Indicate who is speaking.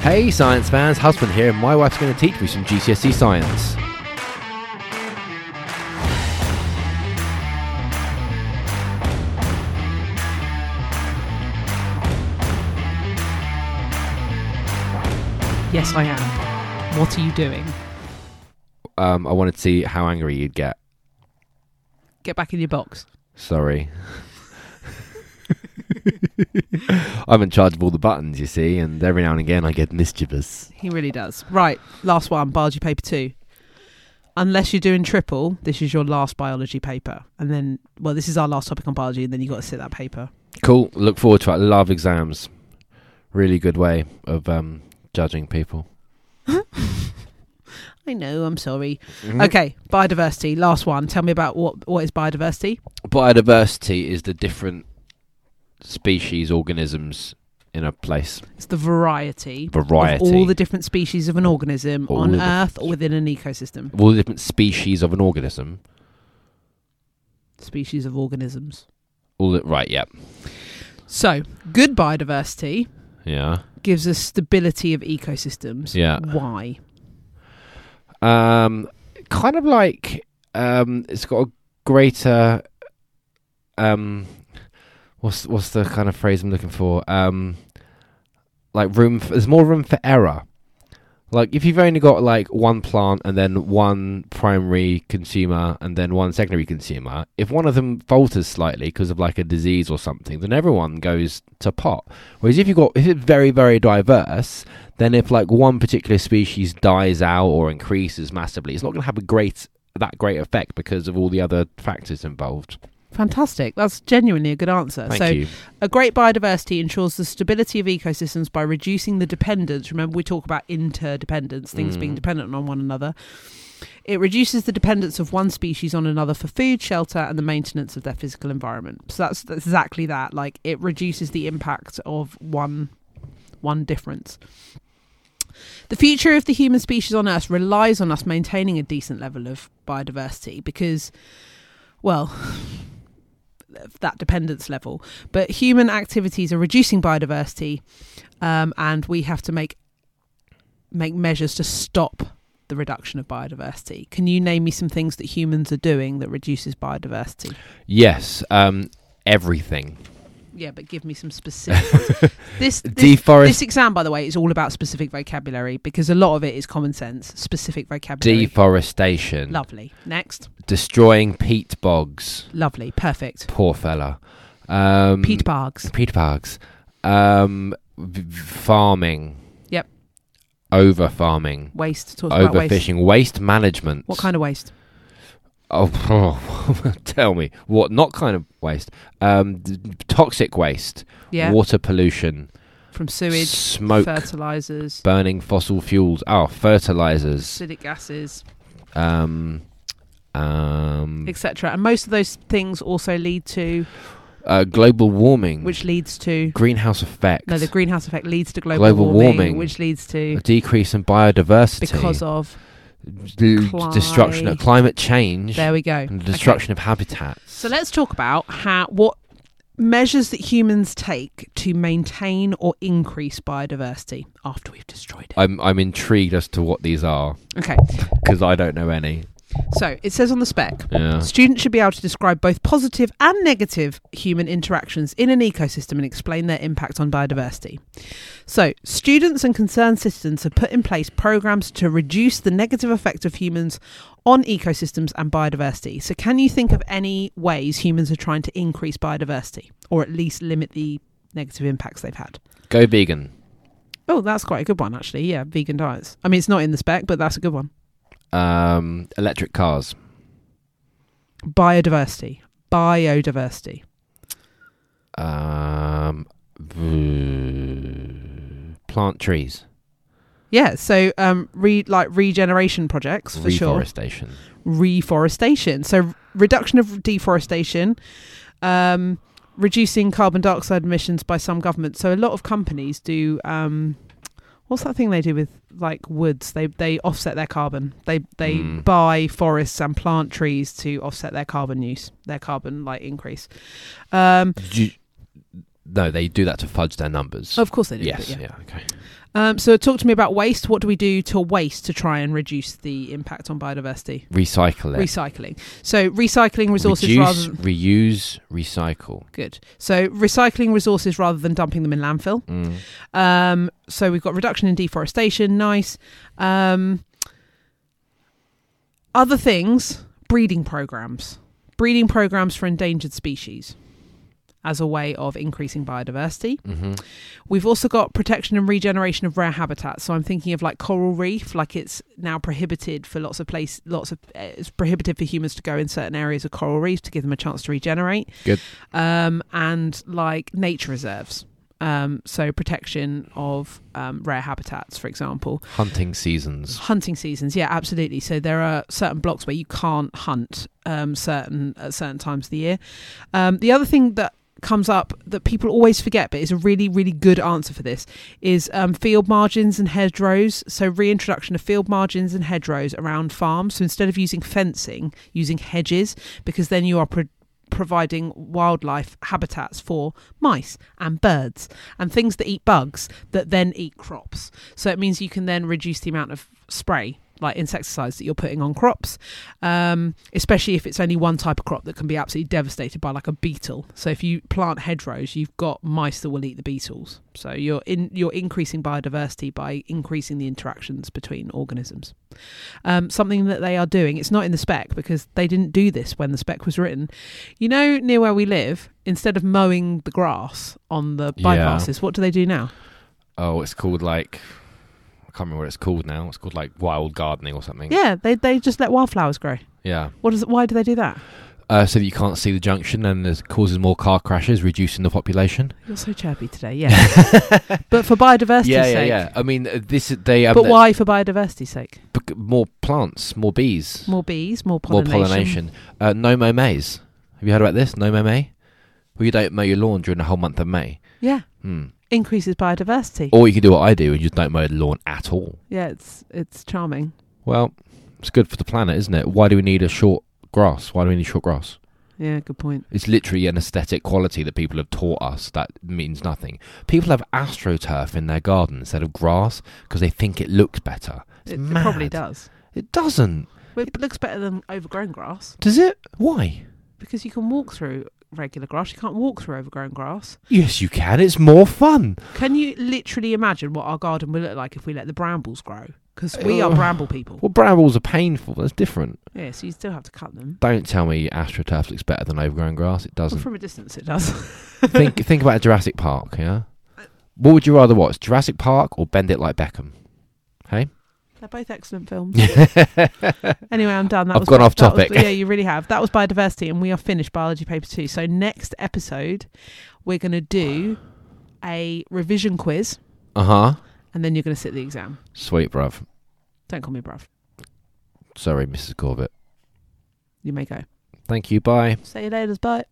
Speaker 1: Hey, science fans, husband here, and my wife's going to teach me some GCSE E science.
Speaker 2: Yes, I am. What are you doing?
Speaker 1: Um, I wanted to see how angry you'd get.
Speaker 2: Get back in your box.
Speaker 1: Sorry. I'm in charge of all the buttons, you see, and every now and again I get mischievous.
Speaker 2: He really does. Right, last one, biology paper two. Unless you're doing triple, this is your last biology paper. And then, well, this is our last topic on biology, and then you've got to sit that paper.
Speaker 1: Cool. Look forward to it. Love exams. Really good way of um, judging people.
Speaker 2: I know, I'm sorry.
Speaker 1: Mm.
Speaker 2: Okay, biodiversity, last one. Tell me about what what is biodiversity?
Speaker 1: Biodiversity is the different species, organisms in a place.
Speaker 2: It's the variety,
Speaker 1: Variety.
Speaker 2: of all the different species of an organism
Speaker 1: All
Speaker 2: on
Speaker 1: of the-
Speaker 2: Earth or within an ecosystem.
Speaker 1: all the different species of an organism.
Speaker 2: Species of organisms.
Speaker 1: All the, right, yeah.
Speaker 2: So, good biodiversity
Speaker 1: Yeah.
Speaker 2: gives us stability of ecosystems.
Speaker 1: Yeah.
Speaker 2: Why?
Speaker 1: um, kind of like um, it's got a greater um, what's what's the kind of phrase I'm looking for? Um, like room, f there's more room for error. Like if you've only got like one plant and then one primary consumer and then one secondary consumer, if one of them falters slightly because of like a disease or something, then everyone goes to pot. Whereas if you've got if it's very very diverse, then if like one particular species dies out or increases massively, it's not going to have a great that great effect because of all the other factors involved.
Speaker 2: Fantastic. That's genuinely a good answer.
Speaker 1: Thank
Speaker 2: Uh, so,
Speaker 1: you.
Speaker 2: a great biodiversity ensures the stability of ecosystems by reducing the dependence. Remember, we talk about interdependence, things
Speaker 1: Mm.
Speaker 2: being dependent on one another. It reduces the dependence of one species on another for food, shelter, and the maintenance of their physical environment. So that's, that's exactly that. Like it reduces the impact of one one difference. The future of the human species on Earth relies on us maintaining a decent level of biodiversity because, well, that dependence level. But human activities are reducing biodiversity, um, and we have to make make measures to stop the reduction of biodiversity. Can you name me some things that humans are doing that reduces biodiversity?
Speaker 1: Yes, um, everything.
Speaker 2: Yeah, but give me some specifics. this, this
Speaker 1: Deforest
Speaker 2: this exam, by the way, is all about specific vocabulary because a lot of it is common sense, specific vocabulary.
Speaker 1: deforestation,
Speaker 2: Lovely. Next.
Speaker 1: destroying peat bogs.
Speaker 2: Lovely. Perfect.
Speaker 1: Poor fella. Um,
Speaker 2: Peat Bargs.
Speaker 1: peat bogs. Um, v- v- farming.
Speaker 2: Yep.
Speaker 1: Over farming.
Speaker 2: Waste. Talks about waste.
Speaker 1: Overfishing, waste management.
Speaker 2: What kind of waste?
Speaker 1: Oh, tell me what not kind of waste? Um, d- d- toxic waste,
Speaker 2: Yeah.
Speaker 1: water pollution,
Speaker 2: From sewage,
Speaker 1: smoke,
Speaker 2: fertilizers,
Speaker 1: burning fossil fuels. Oh, fertilizers.
Speaker 2: acidic gases,
Speaker 1: Um, um,
Speaker 2: etc. Mm. And most of those things also lead to,
Speaker 1: uh, global warming,
Speaker 2: which leads to,
Speaker 1: greenhouse effect,
Speaker 2: no, the greenhouse effect leads to global,
Speaker 1: Global
Speaker 2: warming,
Speaker 1: warming.
Speaker 2: which leads
Speaker 1: a
Speaker 2: to
Speaker 1: decrease in biodiversity
Speaker 2: because of.
Speaker 1: d- destruction of
Speaker 2: cli-
Speaker 1: climate change,
Speaker 2: There we go.
Speaker 1: and the
Speaker 2: Okay.
Speaker 1: destruction of habitats.
Speaker 2: So let's talk about how what measures that humans take to maintain or increase biodiversity after we've destroyed it.
Speaker 1: I'm I'm intrigued as to what these are
Speaker 2: Okay,
Speaker 1: because I don't know any.
Speaker 2: so it says on the spec.
Speaker 1: Yeah.
Speaker 2: Students should be able to describe both positive and negative human interactions in an ecosystem and explain their impact on biodiversity. So, students and concerned citizens have put in place programs to reduce the negative effect of humans on ecosystems and biodiversity. So, can you think of any ways humans are trying to increase biodiversity or at least limit the negative impacts they've had?
Speaker 1: Go vegan.
Speaker 2: Oh, that's quite a good one, actually. Yeah, vegan diets. I mean, it's not in the spec, but that's a good one.
Speaker 1: Um, electric cars.
Speaker 2: Biodiversity. Biodiversity.
Speaker 1: Um, v- plant trees.
Speaker 2: Yeah, so um, re- like regeneration projects for sure.
Speaker 1: reforestation.
Speaker 2: Reforestation, so reduction of deforestation, um, reducing carbon dioxide emissions by some governments. So a lot of companies do. Um, what's that thing they do with like woods? They they offset their carbon. They they
Speaker 1: Mm.
Speaker 2: buy forests and plant trees to offset their carbon use, their carbon like increase. Um,
Speaker 1: Ju- no, they do that to fudge their numbers.
Speaker 2: of course Oh, they do. but
Speaker 1: yes.
Speaker 2: yeah.
Speaker 1: Yeah. Okay.
Speaker 2: Um, so talk to me about waste. What do we do to waste to try and reduce the impact on biodiversity?
Speaker 1: Recycle it.
Speaker 2: Recycling. So recycling resources
Speaker 1: Reduce,
Speaker 2: rather than
Speaker 1: reuse, recycle.
Speaker 2: good. So recycling resources rather than dumping them in landfill.
Speaker 1: Mm.
Speaker 2: Um, so we've got reduction in deforestation. Nice. Um, other things, breeding programs, breeding programs for endangered species as a way of increasing biodiversity.
Speaker 1: hmm
Speaker 2: We've also got protection and regeneration of rare habitats. So I'm thinking of like coral reef, like it's now prohibited for lots of place, lots of eh, it's prohibited for humans to go in certain areas of coral reefs to give them a chance to regenerate.
Speaker 1: Good.
Speaker 2: Um, and like nature reserves. Um, so protection of um, rare habitats, for example.
Speaker 1: Hunting seasons.
Speaker 2: Hunting seasons, yeah, absolutely. So there are certain blocks where you can't hunt um, certain at certain times of the year. Um, the other thing that comes up that people always forget, but is a really really good answer for this, is um, field margins and hedgerows. So reintroduction of field margins and hedgerows around farms. So instead of using fencing, using hedges, because then you are. Pro- Providing wildlife habitats for mice and birds and things that eat bugs that then eat crops. So it means you can then reduce the amount of spray, like insecticides, that you're putting on crops, um, especially if it's only one type of crop that can be absolutely devastated by, like a beetle. So if you plant hedgerows, you've got mice that will eat the beetles. So you're in you're increasing biodiversity by increasing the interactions between organisms. Um, something that they are doing. It's not in the spec because they didn't do this when the spec was written. You know, near where we live, instead of mowing the grass on the
Speaker 1: Yeah.
Speaker 2: bypasses, what do they do now?
Speaker 1: Oh, it's called like I can't remember what it's called now. It's called like wild gardening or something.
Speaker 2: Yeah, they they just let wildflowers grow.
Speaker 1: Yeah.
Speaker 2: What is why do they do that?
Speaker 1: Uh, so that you can't see the junction and it causes more car crashes, reducing the population.
Speaker 2: You're so chirpy today, yeah. but for biodiversity's
Speaker 1: yeah, yeah,
Speaker 2: sake.
Speaker 1: yeah. I mean, uh, this is- they. Um,
Speaker 2: But why for biodiversity's sake?
Speaker 1: bec- more plants, more bees,
Speaker 2: More bees, more
Speaker 1: more
Speaker 2: pollination.
Speaker 1: pollination. Uh, no mow Mays. Have you heard about this? No mow May. Well, you don't mow your lawn during the whole month of May.
Speaker 2: Yeah,
Speaker 1: Hmm.
Speaker 2: increases biodiversity.
Speaker 1: Or you can do what I do and you just don't mow the lawn at all.
Speaker 2: Yeah, it's it's charming.
Speaker 1: Well, it's good for the planet, isn't it? Why do we need a short grass? Why do we need short grass?
Speaker 2: Yeah, good point.
Speaker 1: It's literally an aesthetic quality that people have taught us that means nothing. People have astroturf in their garden instead of grass because they think it looks better. It's
Speaker 2: It, it
Speaker 1: mad.
Speaker 2: probably does.
Speaker 1: It doesn't.
Speaker 2: It looks better than overgrown grass
Speaker 1: Does it? Why?
Speaker 2: because you can walk through regular grass. You can't walk through overgrown grass.
Speaker 1: Yes, you can. It's more fun.
Speaker 2: Can you literally imagine what our garden will look like if we let the brambles grow? Because we are
Speaker 1: Ugh.
Speaker 2: bramble people.
Speaker 1: Well, brambles are painful. That's different.
Speaker 2: Yeah, so you still have to cut them.
Speaker 1: Don't tell me astroturf looks better than overgrown grass. It
Speaker 2: Well,
Speaker 1: doesn't.
Speaker 2: from a distance, it does.
Speaker 1: think think about Jurassic Park. Yeah. What would you rather watch, Jurassic Park or Bend It Like Beckham?
Speaker 2: They're both excellent films. Anyway, I'm done. That
Speaker 1: I've
Speaker 2: was
Speaker 1: gone off
Speaker 2: that was-
Speaker 1: topic.
Speaker 2: yeah, you really have. That was biodiversity, and we are finished biology paper two. So next episode, we're going to do a revision quiz,
Speaker 1: uh huh.
Speaker 2: and then you're going to sit the exam.
Speaker 1: Sweet, bruv.
Speaker 2: Don't call me bruv.
Speaker 1: Sorry, Mrs. Corbett.
Speaker 2: You may go.
Speaker 1: Thank you. Bye.
Speaker 2: See you later. Bye.